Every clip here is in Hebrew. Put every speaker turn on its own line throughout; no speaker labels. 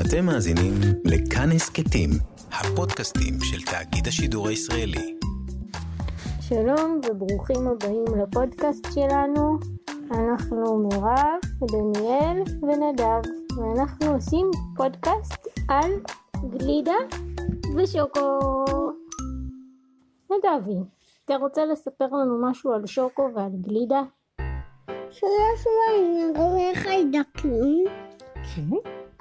אתם מאזינים לכאן הסכתים, הפודקאסטים של תאגיד השידור הישראלי.
שלום וברוכים הבאים לפודקאסט שלנו. אנחנו מירב, דניאל ונדב, ואנחנו עושים פודקאסט על גלידה ושוקו. נדבי, אתה רוצה לספר לנו משהו על שוקו ועל גלידה?
שלוש מנגורי חיידקים,
כן,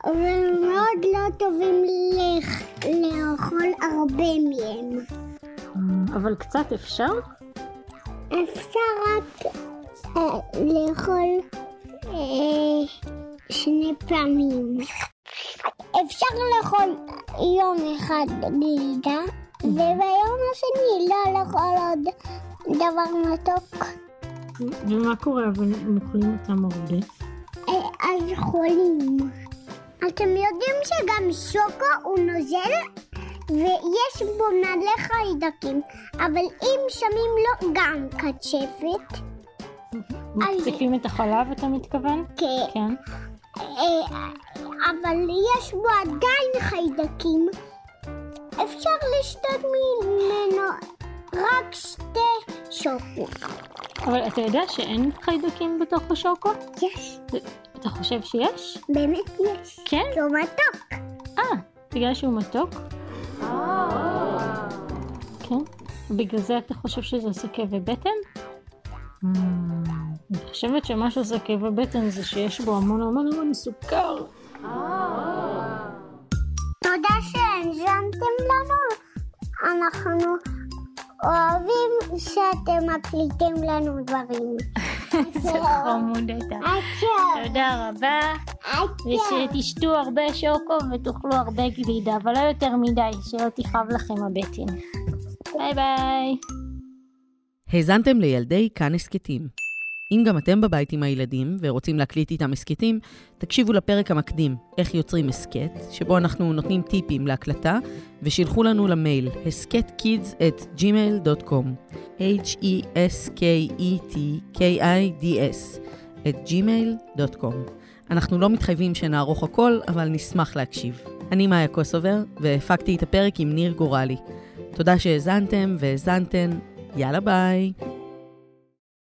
אבל מאוד לא טובים לך- לאכול הרבה מהם.
אבל קצת אפשר?
אפשר רק אה, לאכול אה, שני פעמים. אפשר לאכול יום אחד גלידה, וביום השני לא לאכול עוד דבר מתוק.
ומה קורה אבל אם אוכלים אותם הרבה?
אה, אז חולים. אתם יודעים שגם שוקו הוא נוזל ויש בו מלא חיידקים, אבל אם שמים לו גם קצפת,
מפסיקים את החלב אתה מתכוון?
כן,
כן.
אה, אבל יש בו עדיין חיידקים, אפשר לשתות ממנו רק שתי שוקו.
אבל אתה יודע שאין חיידקים בתוך השוקו?
יש,
אתה חושב שיש?
באמת יש.
כן?
כי הוא מתוק.
אה, בגלל שהוא מתוק? כן? בגלל זה אתה חושב שזה עושה כאבי בטן? Hmm. אני חושבת שמה שעושה כאבי בטן זה שיש בו המון המון המון סוכר.
תודה שהאזנתם לנו. אנחנו אוהבים שאתם מקליטים לנו דברים.
חמוד אתה.
עד
תודה רבה,
שם.
ושתשתו הרבה שוקו ותאכלו הרבה גלידה, אבל לא יותר מדי, שלא תכאב לכם הבטן. ביי ביי.
האזנתם לילדי כאן הסכתים. אם גם אתם בבית עם הילדים ורוצים להקליט איתם הסכתים, תקשיבו לפרק המקדים, איך יוצרים הסכת, שבו אנחנו נותנים טיפים להקלטה, ושילחו לנו למייל, הסכתkids@gmail.com, E h-e-s-k-e-t-k-i-d-s, at gmail.com. אנחנו לא מתחייבים שנערוך הכל, אבל נשמח להקשיב. אני מאיה קוסובר, Dạ, והפקתי את הפרק עם ניר גורלי. תודה שהאזנתם והאזנתן, יאללה ביי.